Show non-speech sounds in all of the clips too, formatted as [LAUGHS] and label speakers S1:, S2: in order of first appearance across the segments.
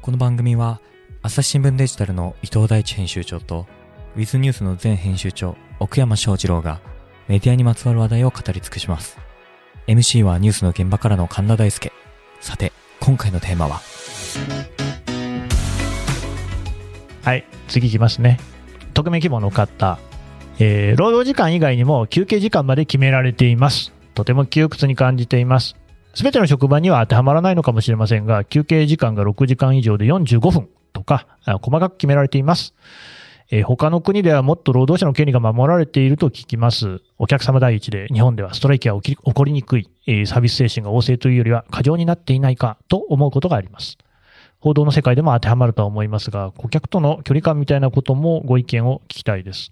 S1: この番組は朝日新聞デジタルの伊藤大地編集長とウィズニュースの前編集長奥山翔二郎がメディアにまつわる話題を語り尽くします MC はニュースの現場からの神田大輔さて今回のテーマは
S2: はい、次いきますね。匿名希望の方、えー労働時間以外にも休憩時間まで決められています。とても窮屈に感じています。すべての職場には当てはまらないのかもしれませんが、休憩時間が6時間以上で45分とか、あ細かく決められています。えー他の国ではもっと労働者の権利が守られていると聞きます。お客様第一で、日本ではストライキは起き起こりにくい、えーサービス精神が旺盛というよりは過剰になっていないかと思うことがあります。報道の世界でも当てはまるとは思いますが、顧客との距離感みたいなこともご意見を聞きたいです。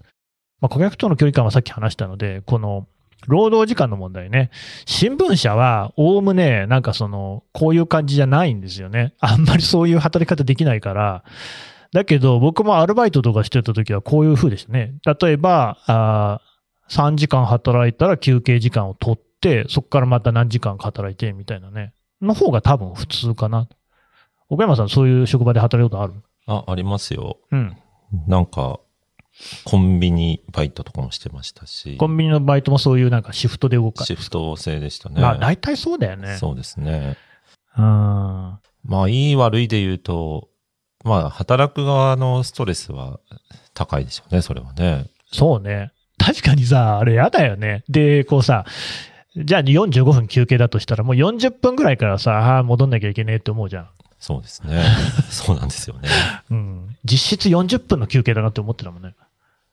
S2: まあ、顧客との距離感はさっき話したので、この労働時間の問題ね、新聞社はおおむね、なんかその、こういう感じじゃないんですよね。あんまりそういう働き方できないから、だけど僕もアルバイトとかしてた時はこういう風でしたね。例えば、あー3時間働いたら休憩時間を取って、そこからまた何時間か働いてみたいなね。の方が多分普通かな。岡山さん、そういう職場で働いたことある
S3: あ、ありますよ。
S2: うん。
S3: なんか、コンビニバイトとかもしてましたし、
S2: コンビニのバイトもそういうなんかシフトで動か
S3: シフト制でしたね。
S2: まあ、大体そうだよね。
S3: そうですね。
S2: うん。
S3: まあ、いい悪いで言うと、まあ、働く側のストレスは高いでしょうね、それはね。
S2: そうね。確かにさ、あれやだよね。で、こうさ、じゃあ45分休憩だとしたら、もう40分ぐらいからさ、あー戻んなきゃいけねえって思うじゃん。
S3: そうで
S2: [LAUGHS]
S3: すね。そうなんですよね。
S2: うん。実質40分の休憩だなって思ってたもんね。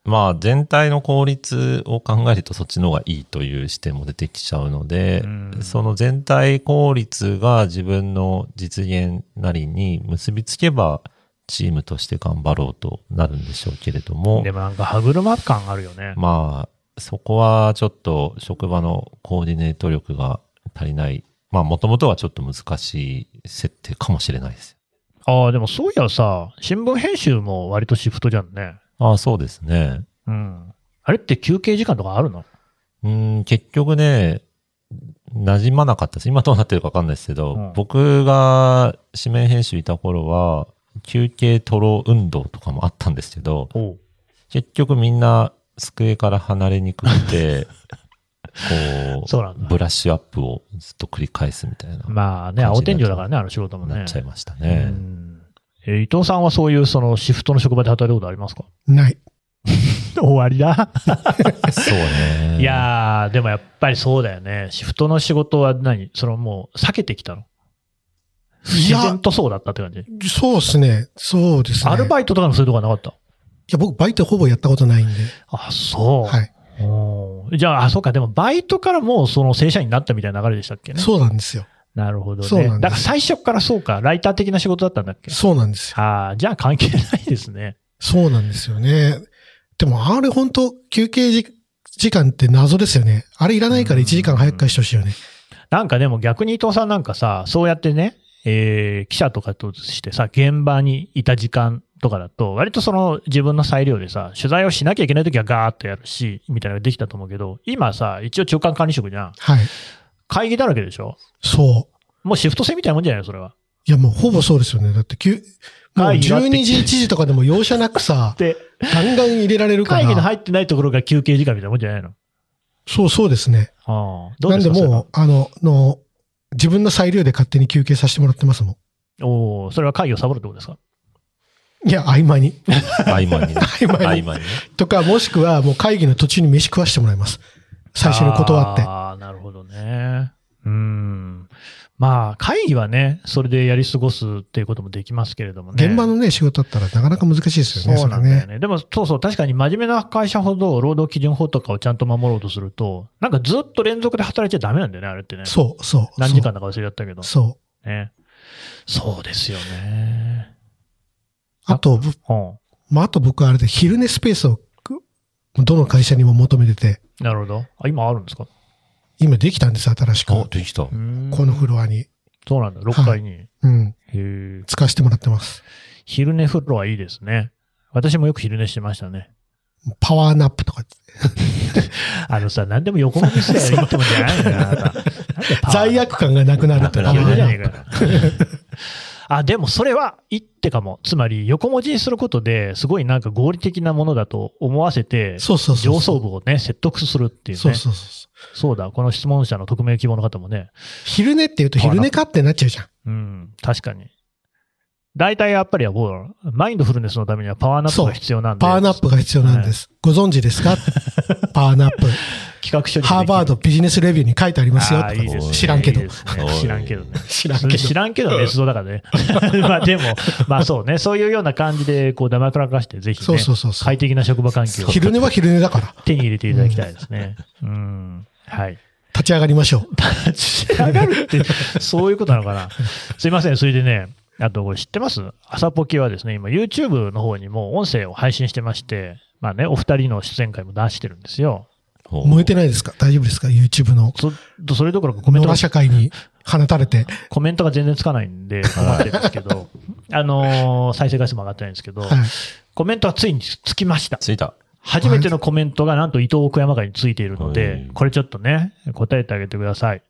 S3: まあ、全体の効率を考えるとそっちの方がいいという視点も出てきちゃうので、
S2: うん
S3: その全体効率が自分の実現なりに結びつけば、チームとして頑張ろうとなるんでしょうけれども
S2: で、もなんか歯車感あるよね。
S3: まあ、そこはちょっと職場のコーディネート力が足りない。まあ、もともとはちょっと難しい設定かもしれないです。
S2: ああ、でもそういやさ、新聞編集も割とシフトじゃんね。
S3: ああ、そうですね。
S2: うん。あれって休憩時間とかあるの
S3: うん、結局ね、馴染まなかったです。今どうなってるかわかんないですけど、
S2: うん
S3: 僕が紙面編集いた頃は、休憩取ろう運動とかもあったんですけど、
S2: おう
S3: 結局みんな机から離れにくくて、こ
S2: そうなん
S3: う、
S2: だ。
S3: ブラッシュアップをずっと繰り返すみたいな、
S2: まあね、青天井だからね、あの仕事もね。
S3: なっちゃいました
S2: う
S3: ね。
S2: んえー伊藤さんはそういうそのシフトの職場で働いたことあります
S4: [LAUGHS]
S2: か
S4: ない。
S2: 終わりだ。
S3: そうね。
S2: いやー、でもやっぱりそうだよね。シフトの仕事は何そのもう避けてきたの
S4: い
S2: 自
S4: や
S2: 然とそうだったって感じ。
S4: そうですね。そうですね。
S2: アル
S4: イ
S2: バイトとかもそういうとこなかった
S4: いや、僕、バイトほぼやったことないんで。
S2: あ、そう。
S4: はい。
S2: おーじゃあ、あそうか、でもバイトからもうその正社員になったみたいな流れでしたっけね。
S4: そうなんですよ。
S2: なるほどね。
S4: そうなんです
S2: だから最初からそうか、ライター的な仕事だったんだっけ
S4: そうなんですよ。
S2: ああ、じゃあ関係ないですね。
S4: そうなんですよね。でも、あれ本当休憩時時間って謎ですよね。あれいらないから1時間早く返してほしいよね。
S2: なんかでも逆に伊藤さんなんかさ、そうやってね、えー記者とかとしてさ、現場にいた時間とかだと、割とその自分の裁量でさ、取材をしなきゃいけないときはガーッとやるし、みたいなのができたと思うけど、今さ、一応中間管理職じゃん。
S4: はい。
S2: 会議だらけでしょ
S4: そう。
S2: もうシフト制みたいなもんじゃないのそれは。
S4: いや、もうほぼそうですよね。だって、きゅもう
S2: 会議があって、
S4: 12時、1時とかでも容赦なくさ
S2: [LAUGHS] で、
S4: ガンガン入れられるか
S2: 会議の
S4: ら。
S2: 入ってないところが休憩時間みたいなもんじゃないの
S4: そうそうですね。
S2: ああ、どう
S4: な
S2: です
S4: んで
S2: か
S4: もう、あの、の、自分の裁量で勝手に休憩させてもらってますも
S2: それはおおそれは会議をサボるってことですか
S4: ん。いや、合間に。
S3: 合間にね。合
S4: 合間に。
S3: 間にね。
S4: とか、もしくはもう会議の途中に飯食わしてもらいます。最初に断って。
S2: ああ、なるほどね。うん。まあ、会議はね、それでやり過ごすっていうこともできますけれどもね。
S4: 現場のね、仕事だったらなかなか難しいですよね、
S2: そうなんだよ
S4: れ
S2: ね。でも、そうそう、確かに真面目な会社ほど、労働基準法とかをちゃんと守ろうとすると、なんかずっと連続で働いちゃダメなんだよね、あれってね。
S4: そう、そう。
S2: 何時間だか忘れちゃったけど。
S4: そうそう。
S2: ね。そうですよね。
S4: あと、ぶ
S2: うん。
S4: まあ、あと僕はあれで昼寝スペースを、くどの会社にも求めてて、
S2: なるほど。あ、今あるんですか
S4: 今できたんです、新しく。
S3: お、
S4: こ
S3: できた。
S2: こ
S4: のフロアに。
S2: そうなんだ、6階に。
S4: うん。
S2: へえ。
S4: 使わせてもらってます。
S2: 昼寝フロアいいですね。私もよく昼寝してましたね。
S4: パワーナップとか。
S2: あのさ、何でも横向きすりゃいいってもんじゃないんだよなあなたなんでパワー
S4: 罪悪感がなくなると
S3: な
S4: か
S2: 言
S3: くな
S2: うじゃ
S3: る
S2: ねえかよあ、でもそれは一手かも。つまり横文字にすることですごいなんか合理的なものだと思わせて、
S4: そうそうそう。
S2: 上層部をね、説得するっていうね。
S4: そうそうそう。
S2: そうだ、この質問者の匿名希望の方もね。
S4: 昼寝って言うと昼寝かってなっちゃうじゃん。
S2: うん、確かに。大体やっぱりはもう、マインドフルネスのためにはパワーナップが必要なんで。
S4: パワーナップが必要なんです。ご存
S2: [LAUGHS]
S4: 知ですかパワーナップ。
S2: 企画書に。
S4: ハーバードビジネスレビューに書いてありますよ
S2: あ
S4: と
S2: ー
S4: か
S2: いいですね
S4: 知らんけど
S2: いいですね知らんけどね。
S4: 知らん
S2: そ
S4: け
S2: れ
S4: ど。
S2: 知らんけど、別動だからね。 [LAUGHS] まあでも、まあそうね、そういうような感じで、こう、黙らかして、ぜひ
S4: そう
S2: ね
S4: そうそうそう
S2: 快適な職場環境を
S4: 昼寝は昼寝だから。
S2: 手に入れていただきたいですね。うん。はい。
S4: 立ち上がりましょう。
S2: 立ち上がるって、 [LAUGHS] そういうことなのかな。すいません、それでね、あとこれ知ってます朝ポケはですね、今 YouTube の方にも音声を配信してまして、まあね、お二人の出演会も出してるんですよ。
S3: ほう
S4: 燃えてないですか大丈夫ですか ?YouTube の。
S2: そ、それどころかコメン
S4: 野
S2: トが
S4: 良社会に放たれて。
S2: コメントが全然つかないんで困ってるんですけ
S4: [LAUGHS]
S2: ど、あのー再生回数も上がってないんですけど、
S4: はい。
S2: コメントはついにつきました。
S3: ついた。
S2: 初めてのコメントがなんと伊藤奥山会についているの
S3: は
S2: で
S3: い、
S2: これちょっとね、答えてあげてください。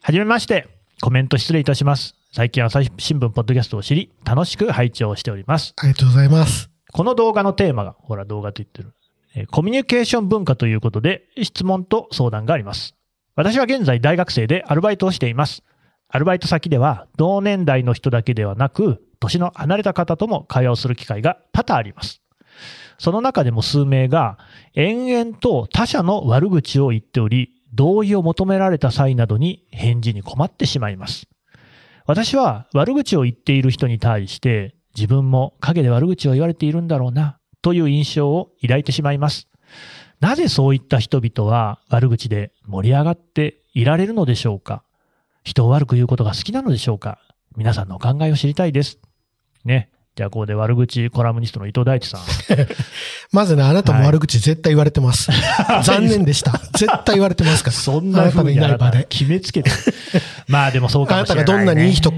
S2: はじめまして、コメント失礼いたします。最近朝日新聞ポッドキャストを知り、楽しく拝聴しております。
S4: ありがとうございます。
S2: この動画のテーマが、ほら動画と言ってる、えーコミュニケーション文化ということで、質問と相談があります。私は現在大学生でアルバイトをしています。アルバイト先では、同年代の人だけではなく、年の離れた方とも会話をする機会が多々あります。その中でも数名が、延々と他者の悪口を言っており、同意を求められた際などに返事に困ってしまいます。私は悪口を言っている人に対して自分も陰で悪口を言われているんだろうなという印象を抱いてしまいます。なぜそういった人々は悪口で盛り上がっていられるのでしょうか人を悪く言うことが好きなのでしょうか皆さんのお考えを知りたいです。ね。じゃあここで悪口コラムニストの伊藤大地さん。
S4: まずね、あなたも悪口絶対言われ
S2: [LAUGHS]
S4: てます。残念でした。絶対言われてますから。
S2: そんな
S4: [LAUGHS] あなたの
S2: 風
S4: い
S2: に
S4: ない
S2: あ
S4: 場
S2: なた
S4: で。
S2: 決めつけて。 [LAUGHS] まあでもそうか
S4: あ
S2: も
S4: な
S2: しれ
S4: た
S2: な
S4: が
S2: い、ね。
S4: どんなにいい人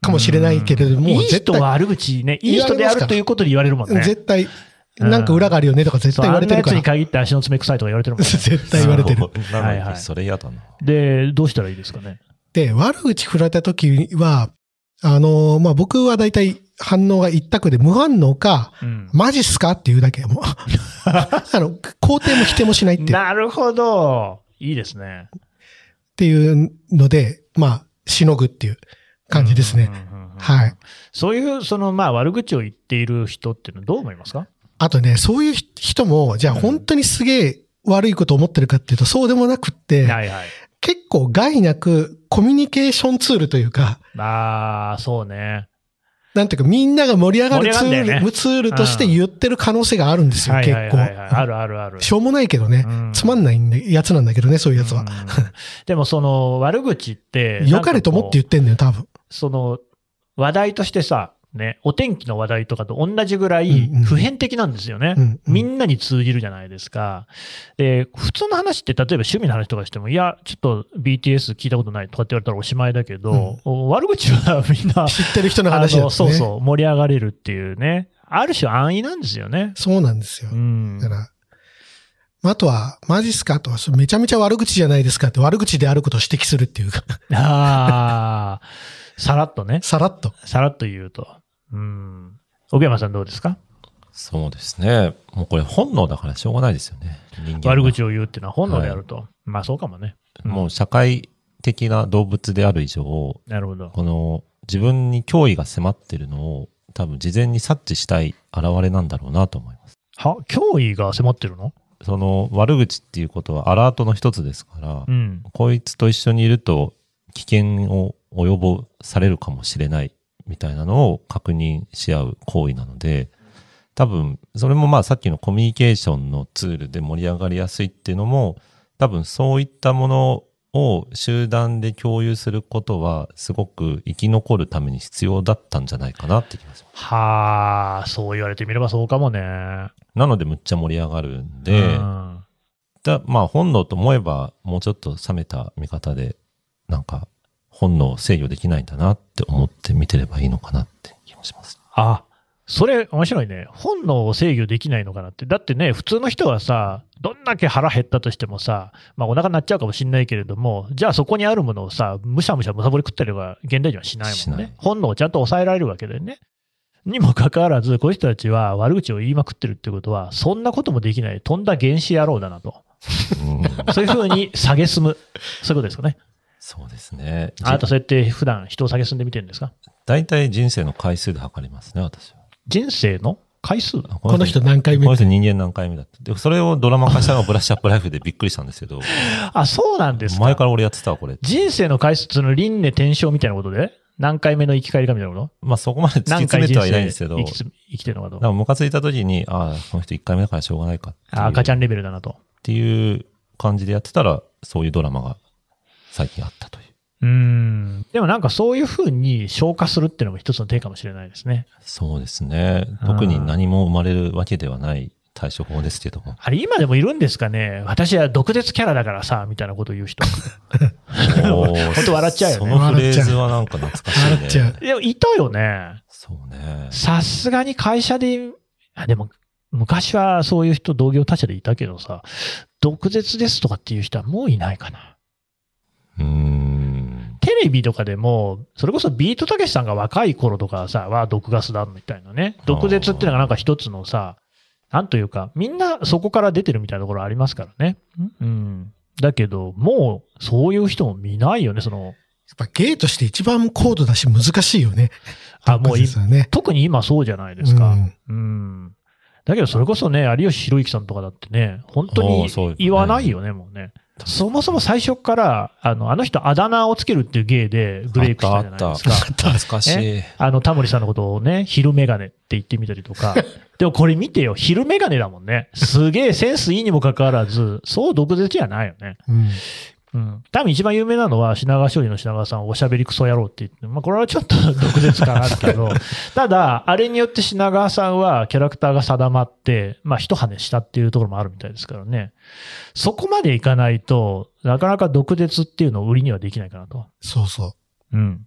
S4: かもしれないけれども、
S2: いい
S4: 絶
S2: 人
S4: 対
S2: は悪口ね、いい人であるということで言われるもんね。
S4: 絶対、なんか裏があるよねとか絶
S2: そう
S4: 対言われてるか
S2: あ
S4: ら
S2: ん。なやつに限って足の爪臭いとか言われて
S4: [LAUGHS]
S2: るもんね。
S4: 絶対言われてる。
S3: なのに
S2: はいはい
S3: それ嫌だな。
S2: で、どうしたらいいですかね。
S4: で、悪口振られた時は、あのーまあ、僕は大体反応が一択で無反応か、
S2: うん
S4: マジっすかっていうだけ、もう。 [LAUGHS] あの、肯定も否定もしないっていう、っ
S2: なるほど。いいですね。
S4: ていうので、まあ、しのぐっていう感じですね。
S2: うんうんうんうん
S4: はい。
S2: そういう、その、まあ、悪口を言っている人っていうのはどう思いますか
S4: あとね、そういうひ人も、じゃあ本当にすげえ悪いこと思ってるかっていうと、そうでもなくって、
S2: はいはい。
S4: 結構害なくコミュニケーションツールというか、
S2: まあ、そうね。
S4: なんていうか、みんなが盛り上がるツ
S2: 盛り上が
S4: ー
S2: んだよ
S4: ル、
S2: ね
S4: ツールとして言ってる可能性があるんですよ、
S2: はい
S4: 結
S2: はい
S4: 構。
S2: はいはい。あるあるある。
S4: しょうもないけどね。
S2: うん
S4: つまんないんでやつなんだけどね、そういうやつ
S2: う
S4: は
S2: ん。でも、その、悪口って。
S4: [LAUGHS] 良かれと思って言ってんだよ、多分。
S2: その、話題としてさ、ね、お天気の話題とかと同じぐらい
S4: うんうん
S2: 普遍的なんですよね。
S4: うんうん
S2: みんなに通じるじゃないですか。で、普通の話って、例えば趣味の話とかしても、いや、ちょっと BTS 聞いたことないとかって言われたらおしまいだけど、悪口はみんな、
S4: 知ってる人の
S2: あの、
S4: 話だとね。
S2: そうそう、盛り上がれるっていうね。ある種安易なんですよね。
S4: そうなんですよ
S2: う。ん
S4: だ。から、まああとは、マジっすかとは、それめちゃめちゃ悪口じゃないですかって悪口であることを指摘するっていうか、 [LAUGHS]
S2: [LAUGHS] ああ、さらっとね、
S4: さらっと。
S2: さらっと言うと。うん。奥山さんどうですか
S3: そうですね。もうこれ本能だからしょうがないですよね。人間が
S2: 悪口を言うっていうのは本能であると。まあそうかもね。うん
S3: もう社会的な動物である以上、こ
S2: なるほど。
S3: の自分に脅威が迫ってるのを多分事前に察知したい現れなんだろうなと思います。
S2: は脅威が迫ってるの
S3: その悪口っていうことはアラートの一つですから、
S2: うん。
S3: こいつと一緒にいると危険を及ぼされるかもしれないみたいなのを確認し合う行為なので、多分、それもまあさっきのコミュニケーションのツールで盛り上がりやすいっていうのも、多分そういったものを集団で共有することはすごく生き残るために必要だったんじゃないかなって気がします。
S2: はあ、そう言われてみればそうかもね。
S3: なのでむっちゃ盛り上がるんで、
S2: うん
S3: だまあ本能と思えばもうちょっと冷めた見方でなんか本能を制御できないんだなって思って見てればいいのかなって気もします。
S2: あ、それ面白いね。本能を制御できないのかなって。だってね、普通の人はさ、どんだけ腹減ったとしてもさ、まあお腹鳴っちゃうかもしんないけれども、じゃあそこにあるものをさ、むしゃむしゃむさぼり食ったりとか、現代人はしないもん
S3: しな
S2: ね
S3: い。
S2: 本能をちゃんと抑えられるわけだよね。にもかかわらず、こういう人たちは悪口を言いまくってるってことは、そんなこともできない、とんだ原始野郎だなと。
S3: うん
S2: そういうふうに蔑む。そういうことですか
S3: [LAUGHS]
S2: ね。
S3: そうですね。
S2: あなたそうやって普段人を蔑んで見てるんですか
S3: 大体人生の回数で測りますね、私は。
S2: 人生の回数
S3: あ
S4: この人何回目
S3: この人人間何回目だって。で、それをドラマ化したのがブラッシュアップライフでびっくりしたんですけど、
S2: あ、そうなんですか。
S3: 前から俺やってたわ、これ。
S2: 人生の回数その輪廻転生みたいなことで何回目の生き返りかみたいなこと
S3: まあそこまで突き
S2: 何回
S3: 詰めて
S2: 人
S3: はいないん
S2: 生
S3: ですけど、
S2: 生きつ生きてるのか
S3: で
S2: と。
S3: もムカついた時に、ああ、この人1回目だからしょうがないかっていう
S2: あ赤ちゃ
S3: っ
S2: んレベルだなと。
S3: ていう感じでやってたら、そういうドラマが最近あったとい
S2: う
S3: う。
S2: ーん。でもなんかそういうふうに消化するっていうのも一つの手かもしれないですね。
S3: そうですね
S2: あ。ー
S3: 特に何も生まれるわけではない対処法ですけど
S2: [LAUGHS]
S3: も。
S2: あれ今でもいるんですかね私は毒舌キャラだからさ、みたいなこと言う
S3: [LAUGHS]
S2: 人。
S3: 本
S2: 当笑っちゃうよね
S3: そのフレーズはなんか懐かしいね。
S4: 笑っちゃう。
S2: でもいたよね。
S3: そうね。
S2: さすがに会社で、あ、でも、昔はそういう人、同業他社でいたけどさ、毒舌ですとかっていう人はもういないかな。
S3: うーん。
S2: テレビとかでも、それこそビートたけしさんが若い頃とかはさ、は毒ガスだみたいなね。毒舌っていうのがなんか一つのさ、なんというか、みんなそこから出てるみたいなところありますからね。うん。だけど、もう、そういう人も見ないよね、その、
S4: やっぱ芸として一番高度だし難しいよね。
S2: あ、もうい
S4: ですよね。
S2: 特に今そうじゃないですか。
S4: うん
S2: うん。だけどそれこそね、有吉弘行さんとかだってね、本当
S3: ああそう
S2: に
S3: ですね
S2: 言わないよね、もうね。そもそも最初から、あの、あの人あだ名をつけるっていう芸でブレイクしたじゃないですか。
S3: 懐かしい。
S2: あの、タモリさんのことをね、昼メガネって言ってみたりとか。でもこれ見てよ、昼メガネだもんね。すげえセンスいいにもかかわらず、そう毒舌じゃないよね。
S4: うん
S2: うん。多分一番有名なのは、品川勝利の品川さんをおしゃべりクソ野郎って言って、まあこれはちょっと [LAUGHS] 毒舌かなけど、ただ、あれによって品川さんはキャラクターが定まって、まあ一跳ねしたっていうところもあるみたいですからね。そこまでいかないと、なかなか毒舌っていうのを売りにはできないかなと。
S4: そうそ
S2: う
S4: う。
S2: ん。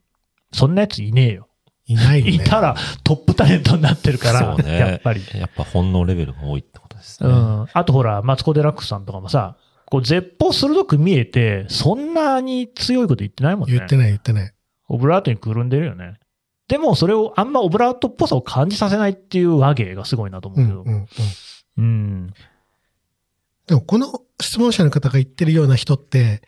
S2: そんなやついねえよ。
S4: いないよ
S2: [LAUGHS]
S4: ね。
S2: いたらトップタレントになってるから、
S3: そうね
S2: やっぱり。
S3: やっぱ本能レベルが多いってことです
S2: う
S3: ね。
S2: ん。あとほら、マツコ・デラックスさんとかもさ、こう絶望鋭く見えて、そんなに強いこと言ってないもんね。
S4: 言ってない言ってない。
S2: オブラートにくるんでるよね。でも、それをあんまオブラートっぽさを感じさせないっていう和芸がすごいなと思
S4: う
S2: うんけ
S4: う
S2: ど。
S4: んうん。
S2: うん。
S4: でもこの質問者の方が言ってるような人って、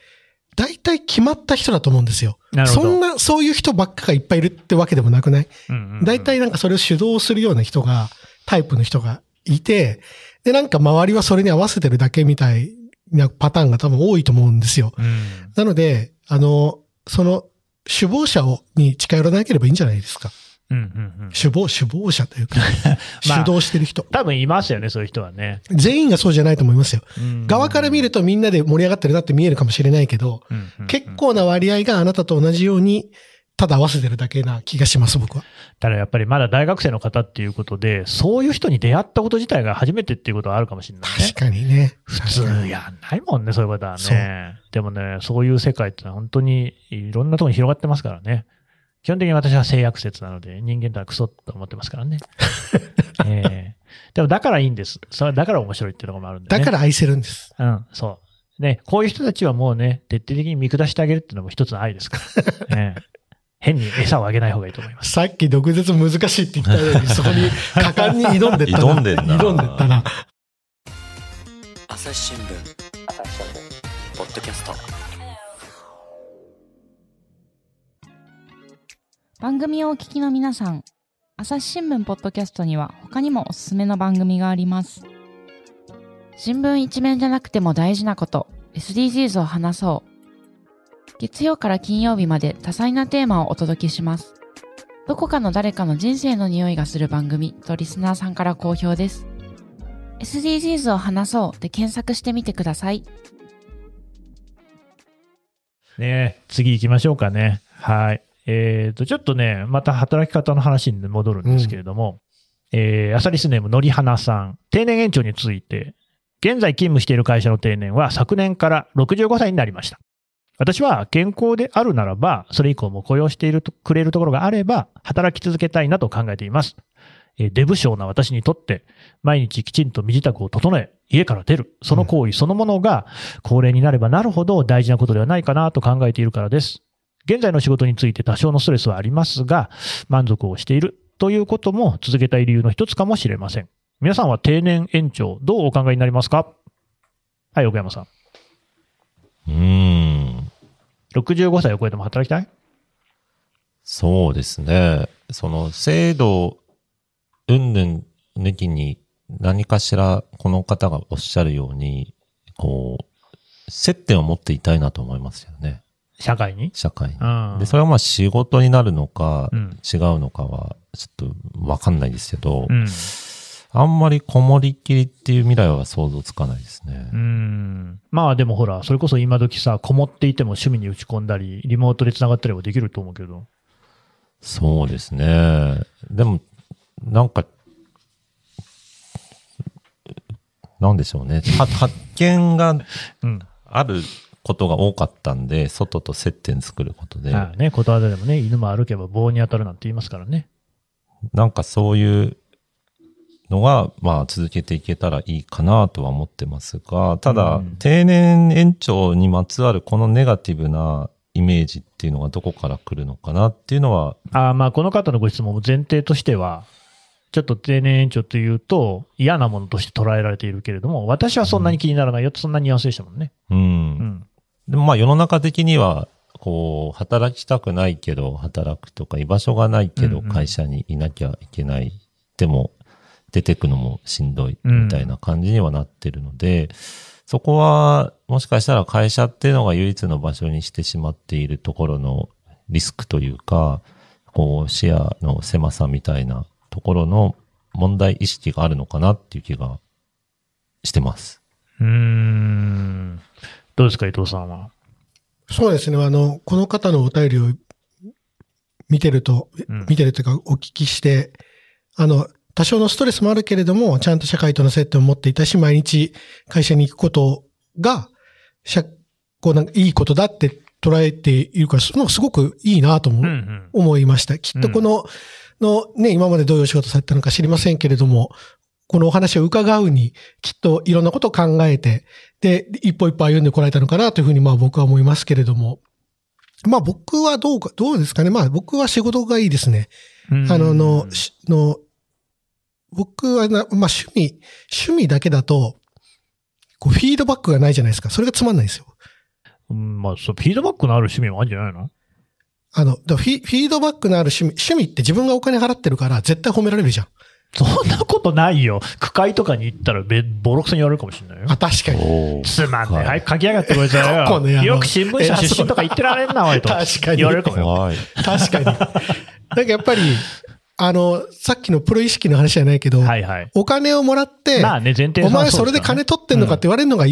S4: 大体決まった人だと思うんですよ。
S2: なるほ
S4: そ
S2: ど。
S4: んな、そういう人ばっかがいっぱいいるってわけでもなくない
S2: うんうんうん
S4: 大体なんかそれを主導するような人が、タイプの人がいて、で、なんか周りはそれに合わせてるだけみたいなパターンが多分多いと思うんですよ。
S2: うん
S4: なので、あの、その、首謀者を、に近寄らなければいいんじゃないですか。
S2: うんうんうん。
S4: 首謀、首謀者というか、
S2: [LAUGHS] まあ
S4: 主導してる人。
S2: 多分いますよね、そういう人はね。
S4: 全員がそうじゃないと思いますよ。
S2: うん
S4: 側から見るとみんなで盛り上がってるなって見えるかもしれないけど、
S2: うんうんうん
S4: 結構な割合があなたと同じように、ただ合わせてるだけな気がします、僕は。
S2: ただやっぱりまだ大学生の方っていうことで、そういう人に出会ったこと自体が初めてっていうことはあるかもしれないね
S4: 確。かにね。
S2: 普通やんないもんね、そういうことは
S4: そう
S2: ね。でもね、そういう世界ってのは本当にいろんなところに広がってますからね。基本的に私は性悪説なので、人間とはクソと思ってますからね。
S4: [LAUGHS]
S2: ええでもだからいいんです。それだから面白いっていうところもあるんで、ね。
S4: だから愛せるんです。
S2: ら。うん、そう。ね、こういう人たちはもうね、徹底的に見下してあげるっていうのも一つの愛です
S4: [LAUGHS]
S2: から。ええ変に餌をあげない方がいいと思います。
S4: さっき毒舌難しいって言ったように、そこに果敢に挑んでった
S2: [LAUGHS]
S4: な。
S3: 挑んでんな
S4: 挑んでったな。
S5: 朝日新聞ポッドキャスト
S6: 番組をお聞きの皆さん朝日新聞ポッドキャストには他にもおすすめの番組があります新聞一面じゃなくても大事なこと SDGs を話そう月曜から金曜日まで多彩なテーマをお届けしますどこかの誰かの人生の匂いがする番組とリスナーさんから好評です SDGs を話そうで検索してみてください
S2: ねえ次行きましょうかね。はい。えっ、と、ちょっとね、また働き方の話に戻るんですけれども、えーアサリスネームのりはなさん、定年延長について、現在勤務している会社の定年は昨年から65歳になりました。私は健康であるならば、それ以降も雇用しているとくれるところがあれば、働き続けたいなと考えています。えーデブ症な私にとって、毎日きちんと身支度を整え、家から出る、その行為そのものが、高齢になればなるほど大事なことではないかなと考えているからです。現在の仕事について多少のストレスはありますが、満足をしているということも続けたい理由の一つかもしれません。皆さんは定年延長、どうお考えになりますかはい、横山さん。
S3: うーん。
S2: 65歳を超えても働きたい
S3: そうですね。その制度、うんぬん抜きに何かしらこの方がおっしゃるように、こう、接点を持っていたいなと思いますよね。
S2: 社会に。
S3: 社会に。
S2: うん。
S3: で、それはまあ仕事になるのか、
S2: うん。
S3: 違うのかは、ちょっとわかんないですけど、
S2: うん。
S3: あんまりこもりっきりっていう未来は想像つかないですね
S2: う。ん。まあでもほら、それこそ今時さ、こもっていても趣味に打ち込んだり、リモートで繋がってればできると思うけど。
S3: そうですね。でも、なんか、なんでしょうね。は [LAUGHS] 発見が
S2: うん。
S3: あることが多かったんで、外と接点作ることで、
S2: ああね、ことわざでもね、犬も歩けば棒に当たるなんて言いますからね。
S3: なんかそういうのが、まあ続けていけたらいいかなとは思ってますが、ただ、
S2: うん
S3: 定年延長にまつわるこのネガティブなイメージっていうのがどこから来るのかなっていうのは、
S2: ああまあ、この方のご質問も前提としては、ちょっと定年延長というと嫌なものとして捉えられているけれども、私はそんなに気にならないよってそんなニュアンスでしたもんね。
S3: うん
S2: う、ん。
S3: でもまあ世の中的には、こう、働きたくないけど働くとか、居場所がないけど
S2: うんうん
S3: 会社にいなきゃいけない。でも、出てくのもしんどいみたいな感じにはなってるので、そこは、もしかしたら会社っていうのが唯一の場所にしてしまっているところのリスクというか、こう、視野の狭さみたいなところの問題意識があるのかなっていう気がしてます。
S2: うーん。どうですか、伊藤さんは。
S4: そうですね。あの、この方のお便りを見てると、
S2: うん
S4: 見てるというかお聞きして、あの、多少のストレスもあるけれども、ちゃんと社会との接点を持っていたし、毎日会社に行くことが、社、こうなんかいいことだって捉えているから、そのすごくいいなとも
S2: うんうん。
S4: 思いました。きっとこの、のね、今までどういうお仕事されてたのか知りませんけれども、このお話を伺うに、きっといろんなことを考えて、で、一歩一歩歩んでこられたのかなというふうに、まあ僕は思いますけれども、まあ僕はどうか、どうですかね。まあ僕は仕事がいいですね。あの、の、しの、僕はな、まあ趣味、趣味だけだと、こうフィードバックがないじゃないですか。それがつまんないんですよ。
S2: うん、まあ、そう、フィードバックのある趣味もあるんじゃないの
S4: あの、だからフィフィードバックのある趣味、趣味って自分がお金払ってるから絶対褒められるじゃん。
S2: そんなことないよ。区会とかに行ったらべ、ボロクソに言われるかもしれないよ
S4: あ、。確かに。
S2: つまんねえ。
S3: はい
S2: はい、書き上がってこいつら
S4: [LAUGHS] この野
S2: よ。
S4: 郎
S2: よく新聞社出身とか言ってられんな、おい
S4: [LAUGHS]
S2: と。
S4: 確かに
S2: 言われるかもよ。
S3: 怖い。
S4: 確かに。なんかやっぱり、あの、さっきのプロ意識の話じゃないけど、
S2: はいはい。
S4: お金をもらって、
S2: まあね、前提
S4: お
S2: は
S4: 前
S2: う
S4: それです
S2: からね
S4: 金取ってんのかって言われるのが、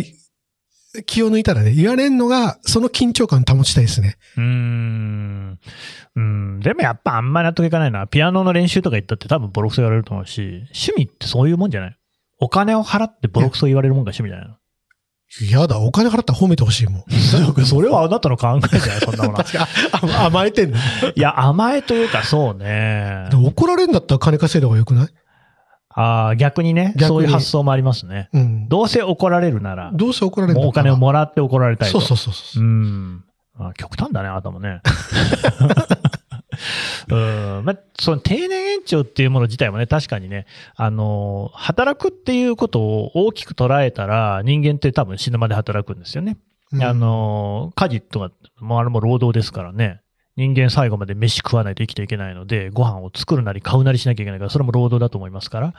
S4: 気を抜いたらね、言われるのが、その緊張感保ちたいですね。
S2: うーん。うん。でもやっぱあんまり納得いかないな。ピアノの練習とか行ったって多分ボロクソ言われると思うし、趣味ってそういうもんじゃないお金を払ってボロクソ言われるもんが趣味じゃないの
S4: [LAUGHS] やだ、お金払ったら褒めてほしいもん。
S2: それはあなたの考えじゃないそんなものは。
S4: 確か、あ甘えてんの。
S2: いや、甘えというかそうね
S4: で。も怒られるんだったら金稼いだ方がよくない
S2: ああ、逆にね
S4: 逆に
S2: そういう発想もありますね。
S4: うん。
S2: どうせ怒られるなら、
S4: どうせ怒られるん
S2: もう
S4: だ
S2: お
S4: った
S2: 金
S4: ら
S2: をもらって怒られたい
S4: そ
S2: と。
S4: うそうそうそうう。
S2: ん。あ極端だね、あなたもね。 [LAUGHS] うんまあ、その定年延長っていうもの自体もね、確かにね、あのー、働くっていうことを大きく捉えたら、人間って多分死ぬまで働くんですよね。
S4: うん
S2: あ、のー、家事とか、もうあれも労働ですからね、人間最後まで飯食わないと生きていけないので、ご飯を作るなり買うなりしなきゃいけないから、それも労働だと思いますから、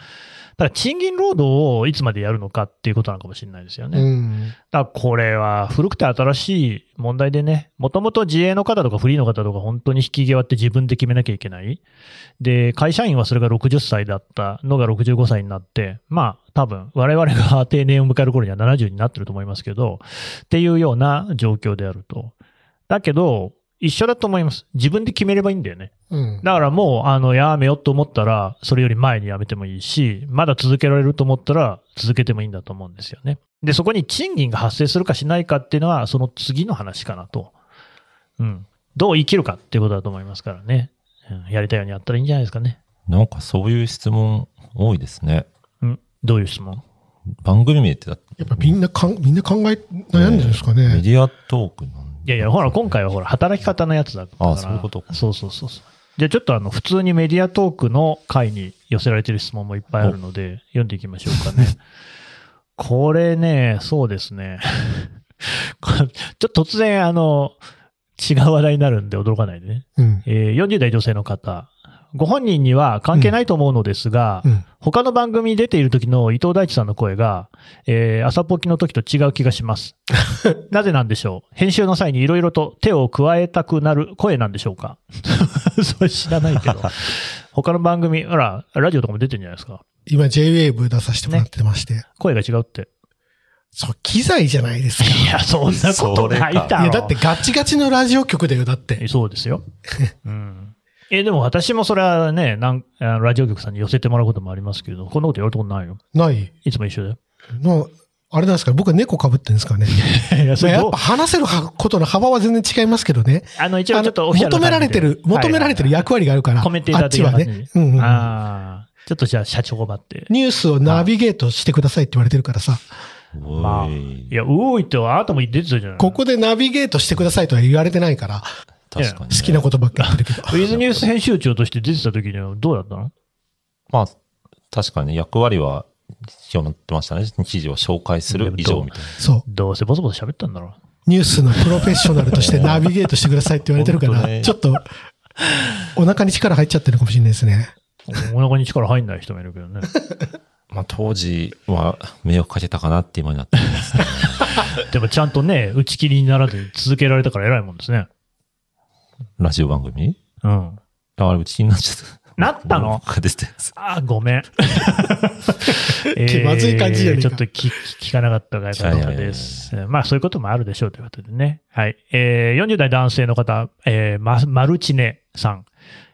S2: ただ賃金労働をいつまでやるのかっていうことなのかもしれないですよね。
S4: うん。
S2: だからこれは古くて新しい問題でね、もともと自営の方とかフリーの方とか本当に引き際って自分で決めなきゃいけない。で、会社員はそれが60歳だったのが65歳になって、まあ多分我々が定年を迎える頃には70になってると思いますけど、っていうような状況であると。だけど、一緒だと思います。自分で決めればいいんだよね。
S4: うん。
S2: だからもう、あの、やめようと思ったら、それより前にやめてもいいし、まだ続けられると思ったら、続けてもいいんだと思うんですよね。で、そこに賃金が発生するかしないかっていうのは、その次の話かなと。うん。どう生きるかっていうことだと思いますからね。うんやりたいようにやったらいいんじゃないですかね。
S3: なんかそういう質問多いですね。
S2: うん、どういう質問
S3: 番組名ってだ
S4: やっぱみんなかん、みんな考え、悩んでるんですか
S3: えーメ
S4: ね。
S3: ディアトークなん
S2: いやいや、ほら、今回はほら、働き方のやつだったから。
S3: あそういうことか
S2: そうそうそうそう。じゃあちょっとあの、普通にメディアトークの回に寄せられてる質問もいっぱいあるので、読んでいきましょうかね。
S3: [LAUGHS]
S2: これね、そうですね。 [LAUGHS] これちょっと突然、あの、違う話題になるんで驚かないでね。
S4: うん。
S2: えー40代女性の方。ご本人には関係ないと思うのですが、
S4: うん。
S2: 他の番組に出ている時の伊藤大地さんの声が、えー朝ポキの時と違う気がし
S4: [LAUGHS]
S2: ます。なぜなんでしょう編集の際にいろいろと手を加えたくなる声なんでしょうか [LAUGHS] それ知らないけど。他の番組、ほら、ラジオとかも出てるんじゃないですか。
S4: 今 JWAVE 出させてもらってまして。
S2: 声が違うって。
S4: そう、機材じゃないですか。
S2: いや、そんなことないだ
S3: それ
S2: ろ
S4: いや、だってガチガチのラジオ局だよ、だって。
S2: そうですよ。うん。え、でも私もそれはね、なんあのラジオ局さんに寄せてもらうこともありますけど、こんなこと言われたことないよ。
S4: ない。
S2: いつも一緒だよ。
S4: の、あれなんですか僕は猫被ってるんですかね。 [LAUGHS]
S2: いや、そ
S4: まあ
S2: れ
S4: や
S2: ど
S4: っ
S2: う
S4: ぱ話せるはことの幅は全然違いますけどね。
S2: あの、一応
S4: あの
S2: ちょっとオフィシャル
S4: 求
S2: な
S4: めら
S2: 感じ
S4: れ
S2: で
S4: てる、求められてる役割があるから。
S2: コメンテー
S4: あ
S2: ター
S4: っ
S2: 的
S4: ち
S2: な
S4: は
S2: 感じ
S4: ね。うんうんうん。
S2: ああ。ちょっとじゃあ社長ばって。
S4: ニュースをナビゲートしてくださいって言われてるからさ。
S3: おい
S2: まあいや、うおいってあなたも出てたじゃない。
S4: ここでナビゲートしてくださいとは言われてないから、
S3: 確かに、
S4: 好きなことばっかり言ってるけど。
S2: ウィズニュース編集長として出てた時にはどうだったの
S3: まあ、確かに役割は必要になってましたね。記事を紹介する以上みたいな。
S4: そう。
S2: どうせボソボソ喋ったんだろ
S4: ニュースのプロフェッショナルとしてナビゲートしてくださいって言われてるか
S3: 本
S4: ら、
S3: 当ね
S4: ちょっと、お腹に力入っちゃってるかもしれないですね。
S2: う。お腹に力入んない人もいるけど
S4: [LAUGHS]
S2: ね。
S3: まあ当時は迷惑かけたかなって今になってま
S2: [LAUGHS]
S3: す。
S2: でもちゃんとね、打ち切りにならずに続けられたから偉いもんですね。
S3: ラジオ番組
S2: うん。
S3: あれ、うちになっちゃった。
S2: なったの
S3: 僕が出てたやつ
S2: あーごめん。
S4: [LAUGHS] 気まずい感じじ
S2: え
S4: ゃねえか
S2: ーちょっと聞聞かなかったがよかったです。まあそういうこともあるでしょうということでね。はい。えー40代男性の方、えーま、マルチネさん。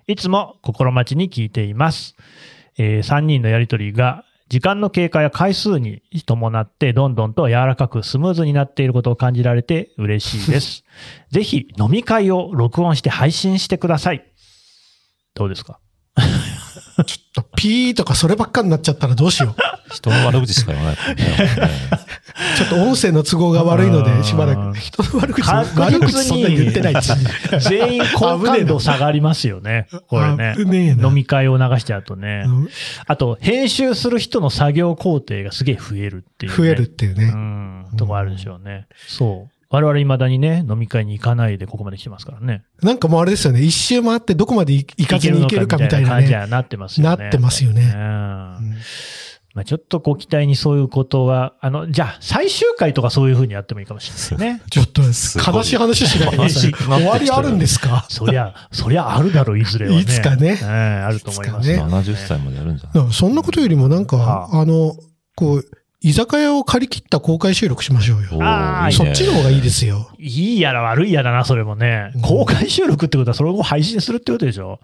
S2: いつも心待ちに聞いています。え3人のやりとりが時間の経過や回数に伴ってどんどんと柔らかくスムーズになっていることを感じられて嬉しいです。ぜひ飲み会を録音して配信してください。どうですか
S4: ピーとかそればっかになっちゃったらどうしよう。
S3: 人の悪口しか言わない
S4: [LAUGHS]
S3: からね。
S4: ちょっと音声の都合が悪いの
S2: あー
S4: で、しばらく。人の悪口、
S2: 確
S4: 悪口
S2: 実
S4: そんな
S2: に
S4: 言ってないし。
S2: 全員好感度下がりますよね。これね。
S4: 危ねえな
S2: 飲み会を流しちゃうとね
S4: う。ん
S2: あと、編集する人の作業工程がすげえ増えるっていう、ね。
S4: 増えるっていう
S2: う
S4: ね。
S2: ん。とこあるでしょうね。そう。我々未だにね、飲み会に行かないでここまで来てますからね。
S4: なんかもうあれですよね。一周回ってどこまで行かずに行けるかみたいな
S2: 感じに
S4: ね。
S2: はなってますよ
S4: な
S2: ね。
S4: ってますよ
S2: うん
S4: ね。うん
S2: まあちょっとご期待にそういうことは、あの、じゃあ、最終回とかそういうふうにやってもいいかもしれないね。
S4: ちょっと、
S3: すごい
S4: 悲しい話しないでくださ
S3: 悲しいなっ
S4: い。
S3: てきてる
S4: 終わりあるんですか
S2: そりゃ、そりゃあるだろう、いずれはね。
S4: いつかね
S2: うん、あると思いますよ、
S3: 70歳までやるんじゃない。
S4: だからそんなことよりもなんか
S2: は、
S4: あの、こう、居酒屋を借り切った公開収録しましょうよ。
S2: あー
S4: そっちの方がいいですすよ。
S2: いいやら悪いやらな、それもね
S4: うん。
S2: 公開収録ってことはそれを配信するってことでしょ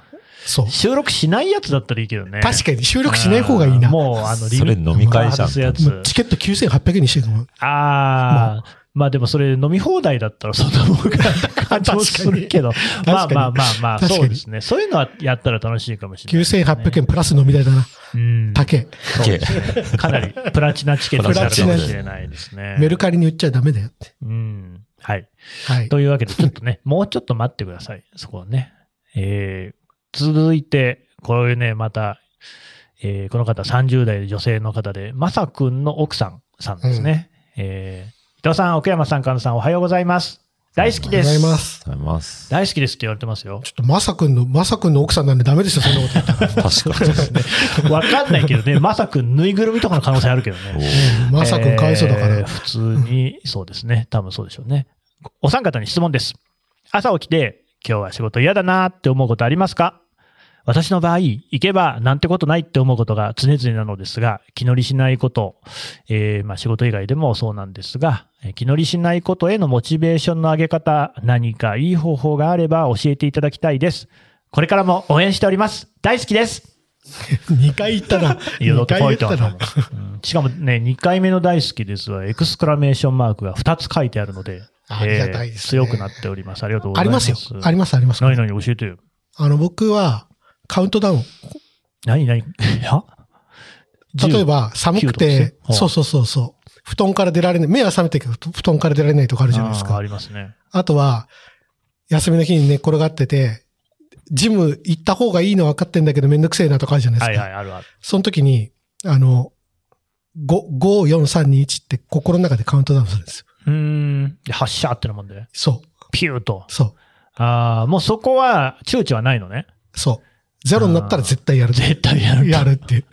S4: そう。
S2: 収録しないやつだったらいいけどね。
S4: 確
S2: に。
S4: かに収録しない方がいいな。も
S2: もう、あの、リ
S3: それ
S2: ミッ
S3: 飲み会じ
S2: 外
S3: ゃん。
S2: すやつ。
S4: うチケット9800円にしてるの。
S2: ああ。まあでもそれ飲み放題だったらそんなもんかな感じもするけど。
S4: に
S2: まあまあまあまあ、
S4: 確かに
S2: そうですね。そういうのはやったら楽しいかもしれない、
S4: 9800円プラス飲み代だな。
S2: 円
S4: 高え。
S2: うん。かなりプラチナチケットになるかもしれないですね。
S4: メルカリに売っちゃダメだよって。
S2: うん。はい。
S4: は
S2: [LAUGHS]
S4: い。
S2: というわけで、ちょっと
S4: [LAUGHS]
S2: ね、もうちょっと待ってください。そこはね。えー、続いて、こういうね、また、えー、この方、30代女性の方で、まさくんの奥さんさんですね。えー、伊藤さん、奥山さん、神田さん、おはようございます。大好き
S4: あり
S2: で
S4: がとう
S2: す。
S4: ございます。
S3: ありがとうござい
S4: [LAUGHS]
S3: ます。
S2: 大好きですって言われてますよ
S4: ちょ。っとまさくんの、まさくんの奥さんなんでダメですよ、そんなこと言ったら。
S3: 確かにですね。
S2: わかんないけどね、 [LAUGHS] まさくん、ぬいぐるみとかの可能性あるけどね。
S4: うんまさくんかわいそうだか
S2: えー
S4: ら。
S2: 普通に、そうですね。多分そうでしょうね。お三方に質問です。朝起きて、今日は仕事嫌だなって思うことありますか私の場合、行けばなんてことないって思うことが常々なのですが、気乗りしないこと、えーまあ仕事以外でもそうなんですが、えー気乗りしないことへのモチベーションの上げ方、何かいい方法があれば教えていただきたいです。これからも応援しております。大好きです
S4: 2回言ったら、
S2: いや、だっ
S4: 2
S2: て
S4: 回
S2: 書
S4: 言
S2: い
S4: って
S2: あ
S4: た
S2: る
S4: ら、
S2: もん。しかもね、2回目の大好きですは、エクスクラメーションマークが2つ書いてあるので、
S4: ありがたいですね
S2: 強くなっております。ありがとうござ
S4: あ
S2: い
S4: り
S2: ま。
S4: ますすよ。あります、あります。
S2: 何々教えてよ。
S4: あの、僕は、カウントダウン、
S2: 何何 [LAUGHS] いや
S4: 例えば寒くて、
S2: 9度
S4: そうそうそうそう。布団から出られない、目は覚めてるけど、布団から出られないとかあ
S2: あ
S4: るじゃないです
S2: ー
S4: か
S2: あ。りますね。
S4: あとは、休みの日に寝っ転がってて、ジム行った方がいいの分かってんだけどめんどくせえなとかあるじゃないですか。
S2: はいはい、あるある。
S4: その時に、あの、5、5、4、3、2、1って心の中でカウントダウンするんですよ。
S2: うーん。で、発射ってなもんで、
S4: そ
S2: ピューと。
S4: う、そ
S2: ああ、もうそこは躊躇はないのね。
S4: う、そう。ゼロになったら絶対やる。
S2: 絶対やると
S4: やるっていう。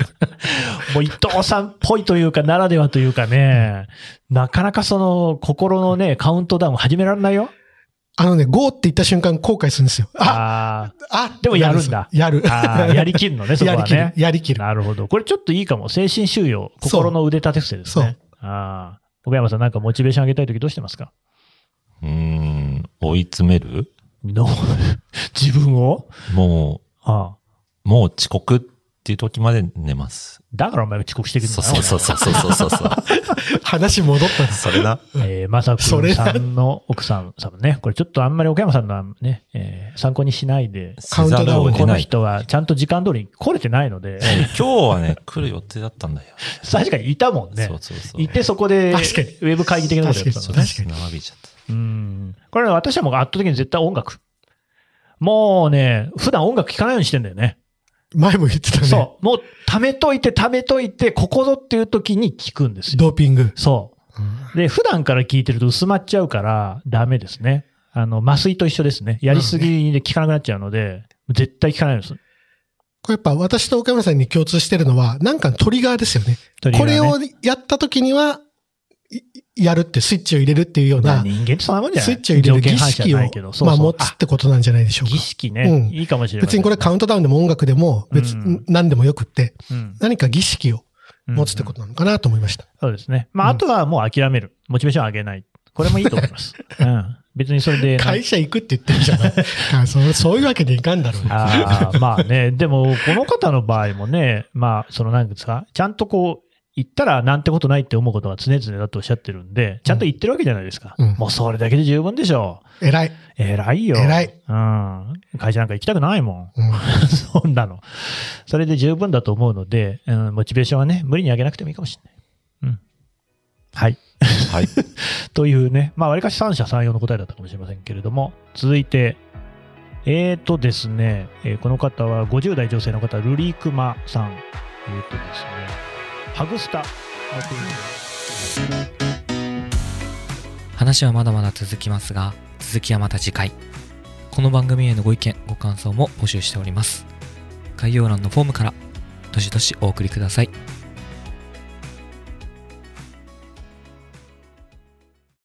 S2: もう伊藤さんっぽいというか、ならではというかね、なかなかその心のね、カウントダウン始められないよ。
S4: あのね、5って言った瞬間後悔するんですよ。あ、
S2: あ
S4: あ
S2: でもやるんだ
S4: やる。
S2: ーあー、やりきるのね、そこ
S4: [LAUGHS] やり
S2: は
S4: きる
S2: ね。。
S4: やりきる。
S2: なるほど。これちょっといいかも。精神収容。心の腕立て伏せですね。ああ。小山さんなんかモチベーション上げたいときどうしてますか
S3: うーん、追い詰める [LAUGHS]
S2: の自分を
S3: も
S2: ああ。
S3: う、もう遅刻っていう時まで寝ます。
S2: だからお前遅刻してくるんだ
S3: そう
S2: よ。
S3: そうそうそうそうそうそう。 [LAUGHS]
S4: 話戻ったんです。
S3: それだ。
S2: えー、まさく
S4: それ
S2: んさんの奥さんさんね、これちょっとあんまり岡山さんのはね、えー参考にしないで、
S4: カウントダウン
S3: せざるを
S2: こ
S3: 得
S2: の
S3: ない
S2: 人はちゃんと時間通りに来れてないので、
S3: 今日はね、来る予定だったんだよ。
S2: [LAUGHS] 確かにいたもんね
S3: そう。そうそう。
S2: 行ってそこで、ウ
S4: 確かに
S2: ェブ会議的なことやってた
S3: そ
S2: の
S3: う
S2: ね
S3: で。すね長引いちゃった。
S2: うん。これ私はもう圧倒的に絶対音楽。もうね、普段音楽聴かないようにしてんだよね。
S4: 前も言ってたね。
S2: そう。もう、貯めといて、貯めといて、ここぞっていう時に聞くんですよ。
S4: ドーピング。
S2: そう。で、普段から聞いてると薄まっちゃうから、ダメですね。あの、麻酔と一緒ですね。やりすぎで効かなくなっちゃうので、絶対効かないんです。
S4: これやっぱ私と岡村さんに共通してるのは、なんかのトリガーですよね。
S2: トリガ
S4: こ
S2: ーね
S4: れをやった時には、いやるって、スイッチを入れるっていうよう
S2: まあ
S4: な、
S2: 人間ってそんなもんじゃない
S4: スイッチを入れ
S2: 条
S4: る
S2: 件
S4: 儀
S2: 反射
S4: 式
S2: じゃ
S4: を
S2: ないけど、そう
S4: ま
S2: そ
S4: あ
S2: う
S4: 持つってことなんじゃないでしょうか
S2: 儀。式ね、
S4: うん
S2: いいかもしれない。
S4: 別にこれカウントダウンでも音楽でも、別
S2: うん
S4: に何でもよくって、
S2: うん
S4: 何か儀式を持つってこ
S2: うん
S4: となのかなと思いました。
S2: そうですね。まあ、
S4: うん
S2: あとはもう諦める。モチベーション上げない。これもいいと思い
S4: [LAUGHS]
S2: ます。うん。別にそれでなんか。
S4: 会社行くって言ってるじ
S2: [LAUGHS]
S4: ゃないあそう。そういうわけにいかんだろうね。
S2: ああ、まあね。でも、この方の場合もね、まあ、その、なんですか、ちゃんとこう、言ったらなんてことないって思うことが常々だとおっしゃってるんで、ちゃんと言ってるわけじゃないですか。
S4: うん
S2: もうそれだけで十分でしょう。
S4: 偉い。
S2: 偉いよ。
S4: 偉い。
S2: うん。会社なんか行きたくないも
S4: うん
S2: ん。 [LAUGHS] そんなの。それで十分だと思うので、うん、モチベーションはね、無理に上げなくてもいいかもしれない。うん。はい。
S3: はい。
S2: というね、まあ、わりかし三者三様の答えだったかもしれませんけれども、続いて、えーとですね、えーこの方は50代女性の方、ルリークマさん。えーとですね、ハグスタのペ
S1: [LAUGHS] 話はまだまだ続きますが続きはまた次回この番組へのご意見ご感想も募集しております概要欄のフォームからどしどしお送りください